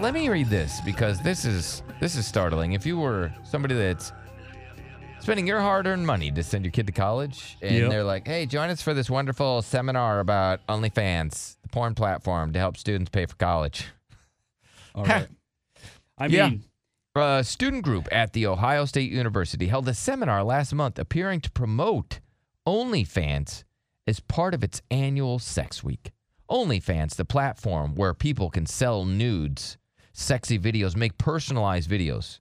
Let me read this because this is this is startling. If you were somebody that's spending your hard-earned money to send your kid to college, and Yep. they're like, "Hey, join us for this wonderful seminar about OnlyFans, the porn platform to help students pay for college." All right. I mean, Yeah. A student group at The Ohio State University held a seminar last month appearing to promote OnlyFans as part of its annual sex week. OnlyFans, the platform where people can sell nudes, sexy videos, make personalized videos,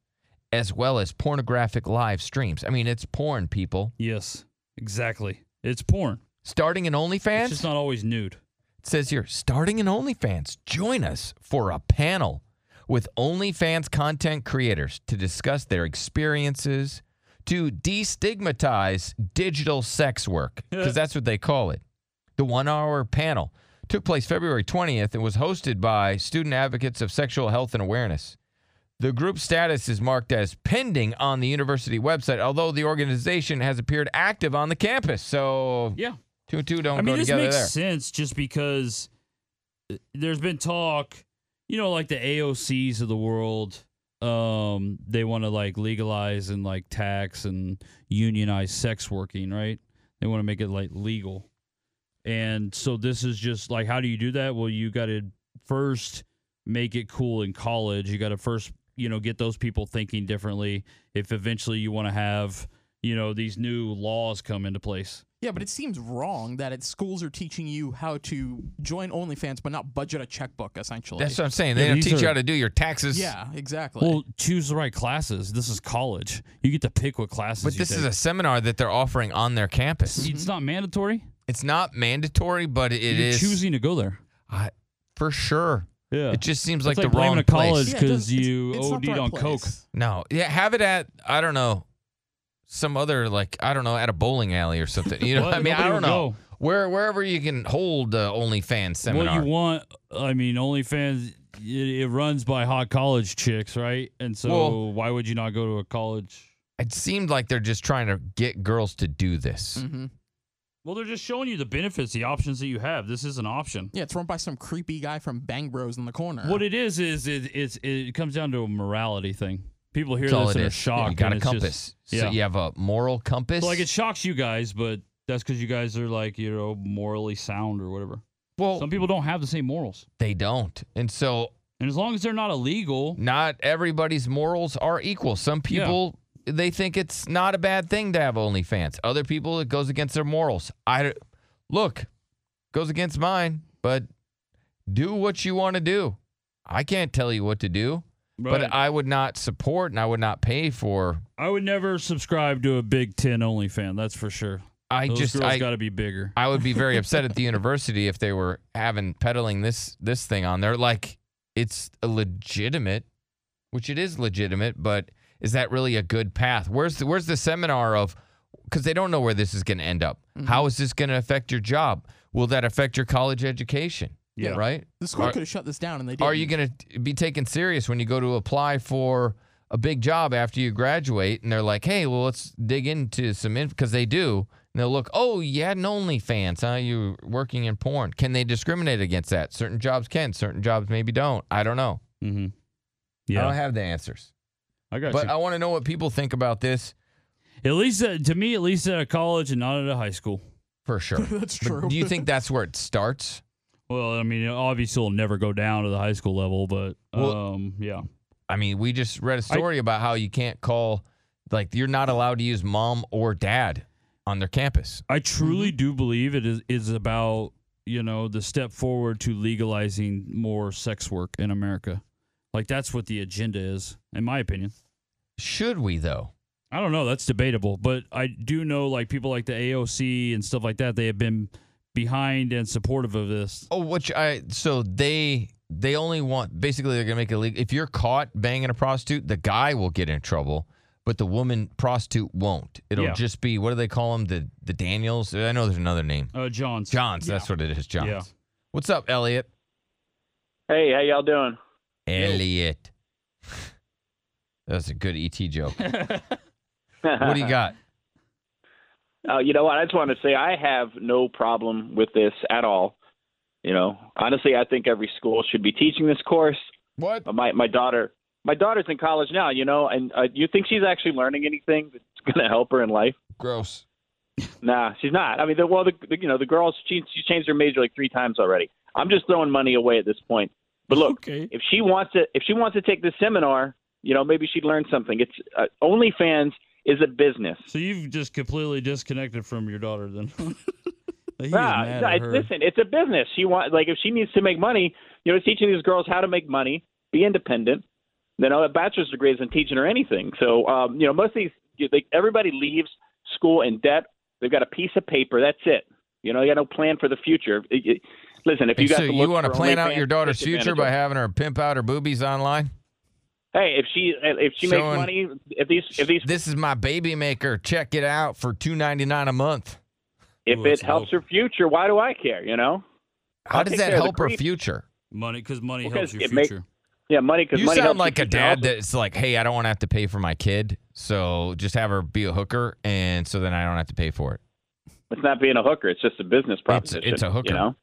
as well as pornographic live streams. I mean, it's porn, people. yes, exactly. It's porn. Starting an OnlyFans? It's just not always nude. It says here, starting an OnlyFans, join us for a panel with OnlyFans content creators to discuss their experiences to destigmatize digital sex work, because that's what they call it. The one hour panel took place February 20th and was hosted by student advocates of sexual health and awareness. The group status is marked as pending on the university website, although the organization has appeared active on the campus. So, Yeah. two and two don't I mean, go this together makes there. sense just because uh, there's been talk, you know, like the AOCs of the world. Um, they want to like legalize and like tax and unionize sex working, right? They want to make it like legal. And so this is just like, how do you do that? Well, you got to first make it cool in college. You got to first, you know, get those people thinking differently. If eventually you want to have, you know, these new laws come into place. Yeah, but it seems wrong that it, schools are teaching you how to join OnlyFans but not budget a checkbook, essentially. That's what I'm saying. Yeah, They don't these teach you are- how to do your taxes. yeah, exactly. Well, choose the right classes. This is college. You get to pick what classes. But you this is a take. seminar that they're offering on their campus. It's not mandatory. It's not mandatory, but it You're is choosing to go there. I- for sure. Yeah. It just seems like, It's like the blaming wrong a college place. Yeah, it 'cause doesn't- it's- you it's not the OD'd on right coke. place. No. Yeah, have it at I don't know some other like I don't know at a bowling alley or something. You know, Well, I mean I nobody don't will know go. where wherever you can hold uh, OnlyFans seminar. What you want? I mean, OnlyFans. It, it runs by hot college chicks, right? And so, Well- why would you not go to a college? It seemed like they're just trying to get girls to do this. Mm. hmm Well, they're just showing you the benefits, the options that you have. This is an option. Yeah, it's run by some creepy guy from Bang Bros in the corner. What it is is it, it's it comes down to a morality thing. People hear That's all this it and are is. shocked. you got and a it's just- compass. yeah. So you have a moral compass. So, like it shocks you guys, but that's because you guys are like you know morally sound or whatever. well, Some people don't have the same morals, they don't. And so and as long as they're not illegal, not everybody's morals are equal. Some Yeah. people they think it's not a bad thing to have OnlyFans. Other people it goes against their morals. I look goes against mine, but do what you want to do. I can't tell you what to do, Right. but I would not support and I would not pay for. I would never subscribe to a Big Ten only fan. That's for sure. I Those just girls I, got to be bigger. I would be very upset at the university if they were having peddling this this thing on there. Like it's a legitimate, which it is legitimate, but is that really a good path? Where's the where's the seminar of? Because they don't know where this is going to end up. How is this going to affect your job? Will that affect your college education? Yeah. Right. the school Are- could have shut this down and they didn't. Are you going to be taken serious when you go to apply for a big job after you graduate? And they're like, hey, well, let's dig into some info because they do. And they'll look, oh, you had an OnlyFans, huh? You were working in porn. Can they discriminate against that? Certain jobs can, certain jobs maybe don't. I don't know. Mm-hmm. I Yeah, don't have the answers. I got But you. I want to know what people think about this at least uh, to me, at least at a college and not at a high school. for sure. That's But true. do you think that's where it starts? Well, I mean, obviously, it'll never go down to the high school level, but Well- um, yeah, I mean, we just read a story about how you can't call, like, you're not allowed to use mom or dad on their campus. I truly do believe it is is about you know the step forward to legalizing more sex work in America. Like that's what the agenda is, in my opinion. Should we, though? I don't know. That's debatable, but I do know like people like the AOC and stuff like that. They have been behind and supportive of this. Oh, which I so they they only want basically they're gonna make it legal. If you're caught banging a prostitute, the guy will get in trouble, but the woman prostitute won't. It'll Yeah. just be what do they call them? The the Daniels. I know there's another name. Uh, John's. Johns. That's what it is. Johns. Yeah. What's up, Elliot? Hey, how y'all doing? Elliot. That's a good ET joke. what do you got? Uh, you know what? I just want to say I have no problem with this at all. You know, honestly, I think every school should be teaching this course. What? Uh, My my daughter, my daughter's in college now. You know, and uh, you think she's actually learning anything that's going to help her in life? Gross. Nah, she's not. I mean, the, well, the, the you know the girls she she changed her major like three times already. I'm just throwing money away at this point. But look, Okay. if she wants to if she wants to take this seminar, you know, maybe she'd learn something. It's uh, OnlyFans is a business. So you've just completely disconnected from your daughter then. Like, he Nah, is mad nah, at it's- her. listen, it's a business. She want like if she needs to make money, you know, it's teaching these girls how to make money, be independent. You know, a bachelor's degree isn't teaching her anything. So, um, you know, most of these, like everybody leaves school in debt. They've got a piece of paper. That's it. You know, you got no plan for the future. It- it- listen, if you And got so to you look want to for plan out OnlyFans, your daughter's take future advantage by of it. having her pimp out her boobies online? hey, if she if she Showing- makes money, if these if these um, This is my baby maker. Check it out for two ninety nine a month. if Ooh, it that's helps her future, why do I care? You know, How I'll does take that care of the help her creep. future? Money, because money helps Because your it make- future. yeah, money because You money sound helps like your a future dad also. that's like, hey, I don't want to have to pay for my kid, so just have her be a hooker, and so then I don't have to pay for it. It's not being a hooker. It's just a business proposition. it's a hooker. You know?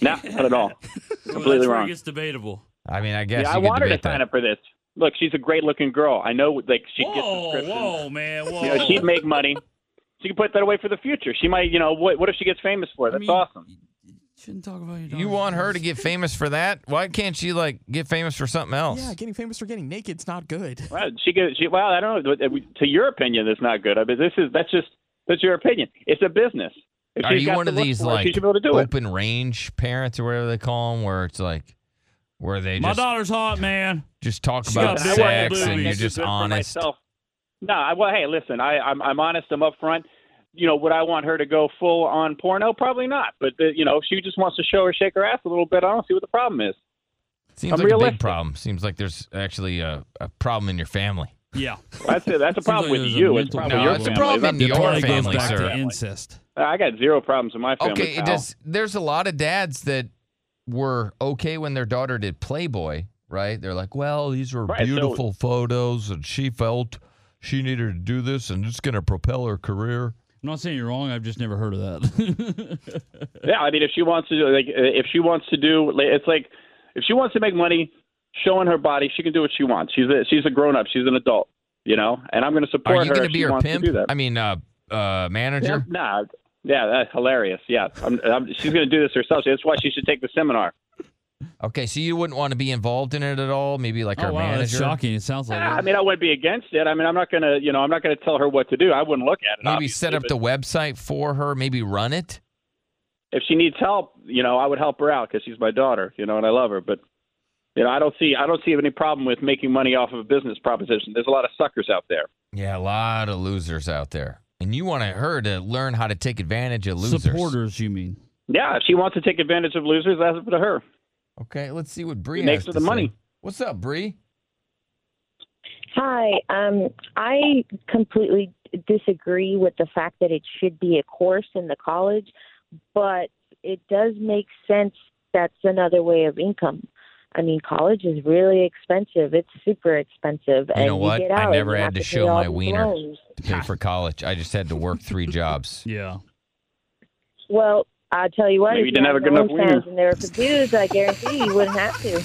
No, not at all. Well, Completely that's where it wrong. gets debatable. I mean, I guess Yeah, I you could want her to debate sign that. up for this. Look, she's a great-looking girl. I know, like she gets Whoa, subscriptions. whoa, man, whoa. You know, she'd make money. She can put that away for the future. She might, you know, what? What if she gets famous for it? I That's mean, awesome. You shouldn't talk about your daughter. You want her to get famous for that? Why can't she like get famous for something else? Yeah, getting famous for getting naked's not good. Well, she could. She, well, I don't know. To your opinion, that's not good. I mean, this is that's just that's your opinion. It's a business. If Are she's you got one the of look these for it, she like should be able to do it. open range parents or whatever they call them, where it's like, where they My just daughter's hot, man. just talk She about got big ones sex and and you're boobies. just Good for honest? myself. No, I, well, hey, listen, I, I'm I'm honest. I'm upfront. You know, would I want her to go full on porno? Probably not. But uh, you know, if she just wants to show her shake her ass a little bit, I don't see what the problem is. Seems I'm like a big realistic. problem. Seems like there's actually a, a problem in your family. Yeah. That's it. That's a problem with there's a you. It's a mental No, problem with your it's a family. problem That's in your Probably goes family, back sir. to incest. I got zero problems in my family. Okay, it pal. does. There's a lot of dads that were okay when their daughter did Playboy, right? They're like, well, these are Right, so- beautiful photos, and she felt she needed to do this, and it's going to propel her career. I'm not saying you're wrong. I've just never heard of that. Yeah, I mean, if she wants to, do like, uh, if she wants to do, like, it's like, if she wants to make money, showing her body, she can do what she wants. She's a she's a grown up. She's an adult. You know, and I'm going to support Are you her going if to be she her wants pimp? to do that. I mean, uh, uh, Yeah, manager. nah, yeah, that's hilarious. Yeah, I'm, I'm, she's going to do this herself. That's why she should take the seminar. Okay, so you wouldn't want to be involved in it at all. Maybe like oh, her wow, that's manager. shocking. It sounds like Ah, I it. mean, I wouldn't be against it. I mean, I'm not going to, you know, I'm not going to tell her what to do. I wouldn't look at it. Maybe set obviously, up but the website for her. Maybe run it. If she needs help, you know, I would help her out because she's my daughter, you know, and I love her. But you know, I don't see, I don't see any problem with making money off of a business proposition. There's a lot of suckers out there. Yeah, a lot of losers out there, and you want her to learn how to take advantage of losers. Supporters, you mean? Yeah, if she wants to take advantage of losers, that's up to her. Okay, let's see what Bree It makes has to for the say. money. What's up, Bree? Hi. Um, I completely disagree with the fact that it should be a course in the college, but it does make sense that's another way of income. I mean, college is really expensive. It's super expensive. You and know what? You get I out and never you had have to to show pay all my these wiener. loans. To pay for college, I just had to work three jobs. Yeah. Well, I tell you what, Maybe if you didn't had have a good enough no OnlyFans wiener. and there were some dudes, I guarantee you wouldn't have to.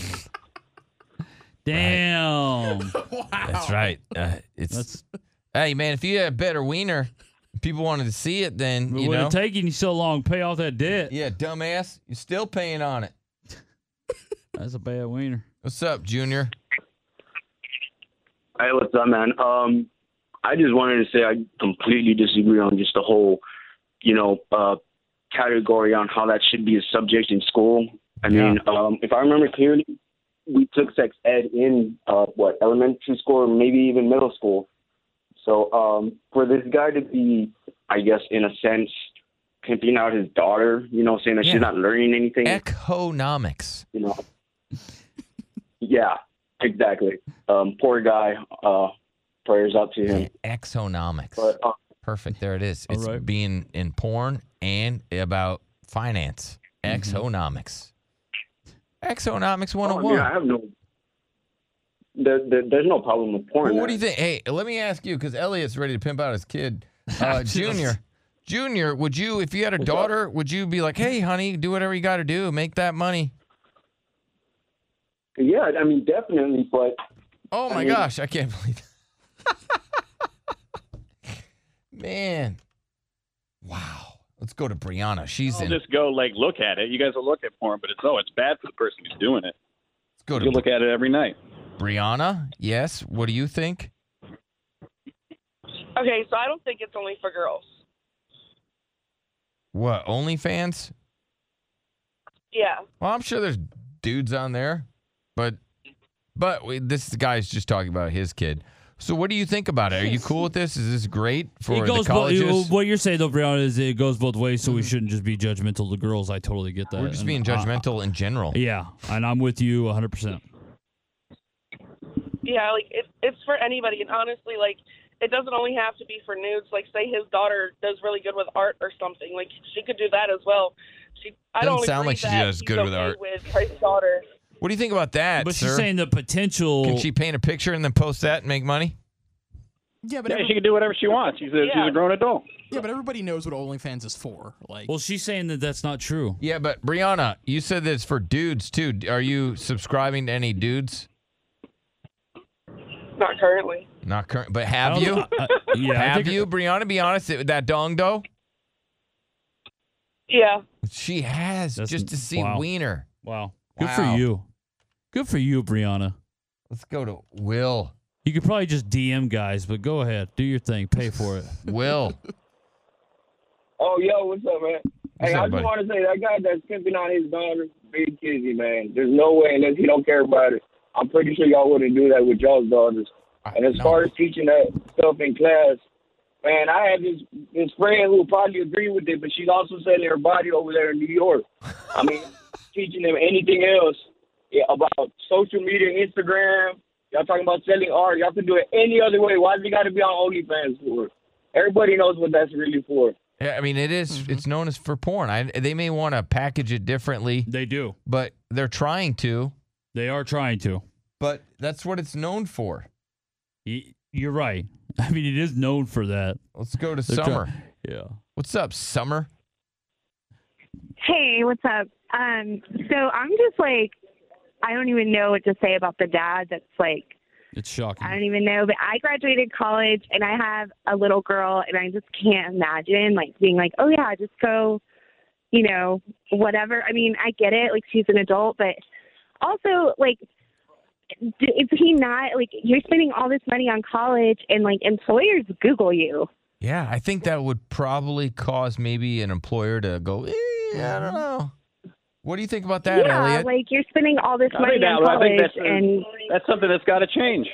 Damn. wow. That's right. Uh, it's That's hey man, if you had a better wiener, people wanted to see it. Then but you would know, it taken you so long to pay off that debt? yeah, dumbass, you're still paying on it. That's a bad wiener. What's up, Junior? Hey, what's up, man? Um, I just wanted to say I completely disagree on just the whole, you know, uh, category on how that should be a subject in school. I mean, um, if I remember clearly, we took sex ed in uh, what elementary school, or maybe even middle school. So um, for this guy to be, I guess, in a sense, pimping out his daughter, you know, saying that Yeah. she's not learning anything, Economics. you know, yeah, exactly. Um, poor guy. Uh, prayers out to him. Exonomics. But uh, Perfect. There it is. All It's right. being in porn and about finance. Exonomics. Exonomics oh, I 101. mean, I have no. There, there, there's no problem with porn. Well, what do you man. think? Hey, let me ask you because Elliot's ready to pimp out his kid, uh, Junior. Junior, would you, if you had a daughter, would you be like, "Hey, honey, do whatever you got to do, make that money"? Yeah, I mean, definitely. But Oh my mean- gosh, I can't believe that. Man, wow. Let's go to Brianna. She's I'll in. Oh, just go like look at it. You guys will look at porn, but it's oh, it's bad for the person who's doing it. Let's go You to look at it every night. Brianna. Yes. What do you think? Okay, so I don't think it's only for girls. What OnlyFans? Yeah. Well, I'm sure there's dudes on there, but but we, this guy's just talking about his kid. So what do you think about it? Are you cool with this? Is this great for it goes the bo- colleges? Mm-hmm. what you're saying though, Brianna, is it goes both ways, so we shouldn't just be judgmental to girls. I totally get that. We're just And being I- judgmental in general. uh, yeah, and I'm with you 100. percent Yeah, like it, it's for anybody. And honestly, like it doesn't only have to be for nudes. Like say his daughter does really good with art or something. Like she could do that as well. She I Doesn't don't sound agree like she that does he's good with okay art. With his daughter. What do you think about that, But sir? she's saying the potential. Can she paint a picture and then post that and make money? Yeah, but Yeah, every- she can do whatever she wants. She's a, she's Yeah. a grown adult. yeah, but everybody knows what OnlyFans is for. Like, well, she's saying that that's not true. Yeah, but Brianna, you said that it's for dudes too. Are you subscribing to any dudes? Not currently. Not current, but I have don't you? know- I- I- yeah, I Have think- you, Brianna? Be honest with that dong do. Yeah. She has That's- just to see wow. wiener. Wow. Good Wow. for you. Good for you, Brianna. Let's go to Will. You could probably just DM guys, but go ahead, do your thing, pay for it. Will. oh, yo, what's up, man? What's Hey, up, I just buddy? want to say that guy that's pimping on his daughter, big kizzy, man. There's no way unless he don't care about it. I'm pretty sure y'all wouldn't do that with y'all's daughters. And as No. far as teaching that stuff in class, man, I had this this friend who probably agreed with it, but she's also selling her body over there in New York. I mean, teaching them anything else yeah, about social media, Instagram. Y'all talking about selling art. Y'all can do it any other way. Why does it got to be on OnlyFans for? Everybody knows what that's really for. Yeah, I mean, it is- It's known as for porn. I, they may want to package it differently, They do. but they're trying to. They are trying to. But that's what it's known for. Y- You're right. I mean, it is known for that. Let's go to They're try- Summer. yeah. What's up, Summer? Hey, what's up? Um, so I'm just like, I don't even know what to say about the dad. That's like, It's I shocking. don't even know. But I graduated college and I have a little girl, and I just can't imagine like being like, oh yeah, just go, you know, whatever. I mean, I get it. Like she's an adult, but also like, d- is he not like you're spending all this money on college and like employers Google you? Yeah, I think that would probably cause maybe an employer to go, eh, I don't know. What do you think about that, yeah, Elliot? like you're spending all this I money think that- on I college think that's a- and. That's something that's got to change.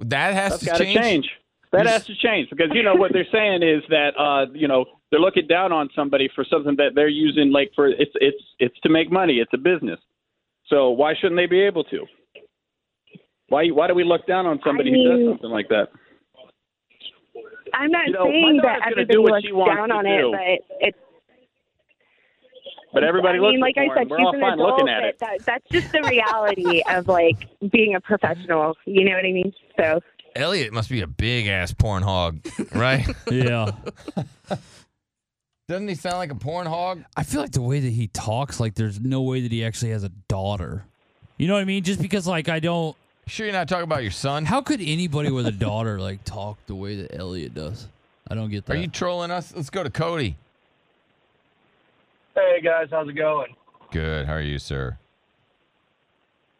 that has That's to got to change. change. That Yes. has to change because you know what they're saying is that uh, you know they're looking down on somebody for something that they're using like for it's it's it's to make money. It's a business. So why shouldn't they be able to? Why why do we look down on somebody I who mean- does something like that? I'm not You know, my saying that daughter's gonna everybody do what looks she wants down to on do. it, but it's. But everybody I mean, looks like I for said, it. We're she's all an fine adult, looking at but it. That, that's just the reality of like being a professional. You know what I mean? So Elliot must be a big ass porn hog, right? yeah. Doesn't he sound like a porn hog? I feel like the way that he talks, like there's no way that he actually has a daughter. You know what I mean? Just because, like, I don't. Sure, you're not talking about your son. How could anybody with a daughter like talk the way that Elliot does? I don't get that. Are you trolling us? Let's go to Cody. Hey guys, how's it going? Good. How are you, sir?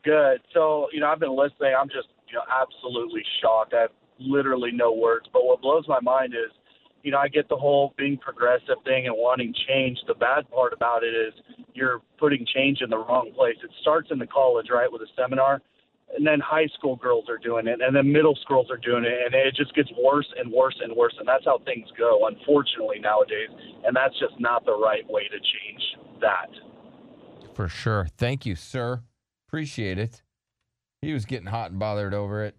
Good. So, you know, I've been listening. I'm just, you know, absolutely shocked. I have literally no words. But what blows my mind is, you know, I get the whole being progressive thing and wanting change. The bad part about it is you're putting change in the wrong place. It starts in the college, right, with a seminar. And then high school girls are doing it, and then middle schools are doing it, and it just gets worse and worse and worse. And that's how things go, unfortunately, nowadays. And that's just not the right way to change that. For sure. Thank you, sir. Appreciate it. He was getting hot and bothered over it.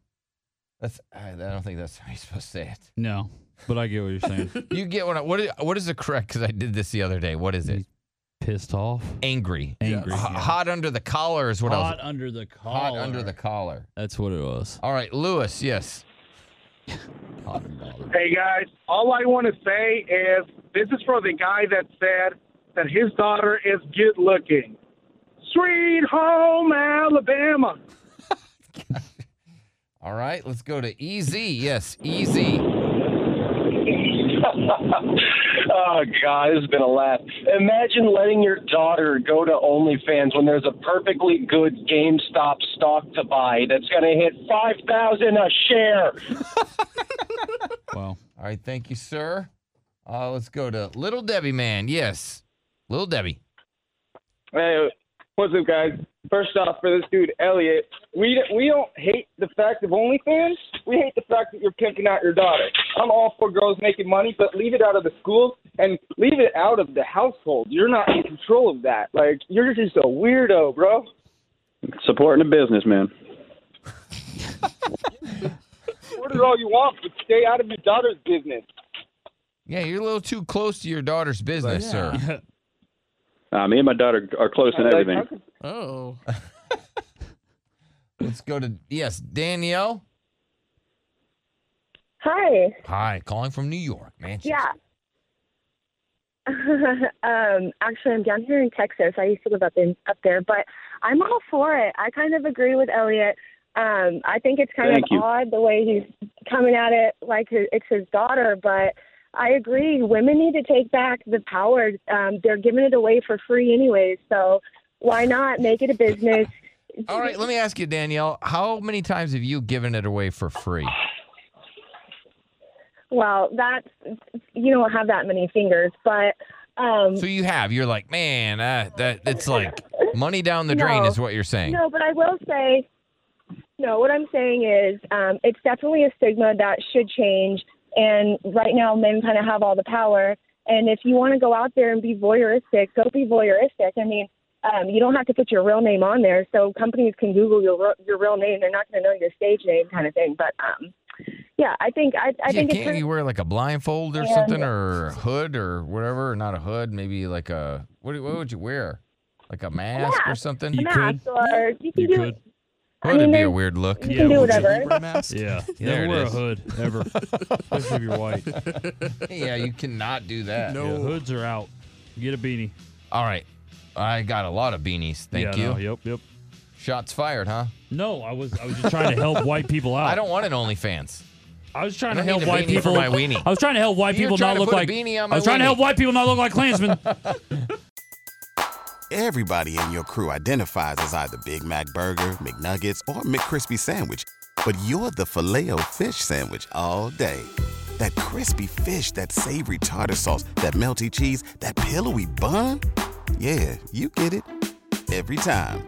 That's I, I don't think that's how you're supposed to say it. No, but I get what you're saying. You get what? I, what is what is the correct? Because I did this the other day. What is it? Pissed off. Angry. Angry, H- yeah. Hot under the collar is what I Hot was. under the Hot collar. under the collar. That's what it was. All right, Lewis. Yes. Hey guys, all I want to say is this is for the guy that said that his daughter is good looking. Sweet home Alabama. All right, let's go to Easy. Yes, E Easy. oh God, this has been a laugh. Imagine letting your daughter go to OnlyFans when there's a perfectly good GameStop stock to buy that's going to hit five thousand a share. Wow. All right, thank you, sir. Uh, let's go to Little Debbie Man. Yes, Little Debbie. Hey, what's up, guys? First off, for this dude Elliot, we we don't hate the fact of OnlyFans. We hate the fact that you're pimping out your daughter. I'm all for girls making money, but leave it out of the schools and leave it out of the household. You're not in control of that. Like you're just a weirdo, bro. Supporting a business, man. Order all you want, but stay out of your daughter's business. Yeah, you're a little too close to your daughter's business, sir. Uh, me and my daughter are close in Like, everything. how Oh. Let's go to yes, Danielle. Hi. Hi, calling from New York, man. Yeah. um, actually, I'm down here in Texas. I used to live up in up there, but I'm all for it. I kind of agree with Elliot. Um, I think it's kind Thank of you. odd the way he's coming at it like his, it's his daughter, but I agree. Women need to take back the power. Um, they're giving it away for free anyway, so why not make it a business? All right, let me ask you, Danielle. How many times have you given it away for free? Well, that's you don't have that many fingers, but um, So you have. You're like, man, uh, that it's like money down the drain No. is what you're saying. No, but I will say, no, what I'm saying is um, it's definitely a stigma that should change. And right now, men kind of have all the power. And if you want to go out there and be voyeuristic, go be voyeuristic. I mean, um, you don't have to put your real name on there. So companies can Google your re- your real name. They're not going to know your stage name, kind of thing. But um, yeah, I think I, I yeah, think it's can't you wear like a blindfold or And- something, or a hood, or whatever? Or not a hood, maybe like a what? do- What would you wear? Like a mask Yeah, or something? a mask, or you can do I Hood would mean, be a there's- weird look. you can do whatever. Yeah, There never it wear a is. hood ever, especially if you're white. yeah, you cannot do that. No. hoods are out. Get a beanie. All right, I got a lot of beanies. Thank Yeah, Uh, you. no, yep, yep. Shots fired, huh? No, I was I was just trying to help white people out. I don't want an OnlyFans. I was trying I don't to help need a white beanie for people. my weenie. I was trying to help white You're people trying not to look put a like. beanie on I my was trying to weenie. help white people not look like Klansmen. Everybody in your crew identifies as either Big Mac Burger, McNuggets, or McCrispy Sandwich. But you're the filet fish Sandwich all day. That crispy fish, that savory tartar sauce, that melty cheese, that pillowy bun. Yeah, you get it. Every time.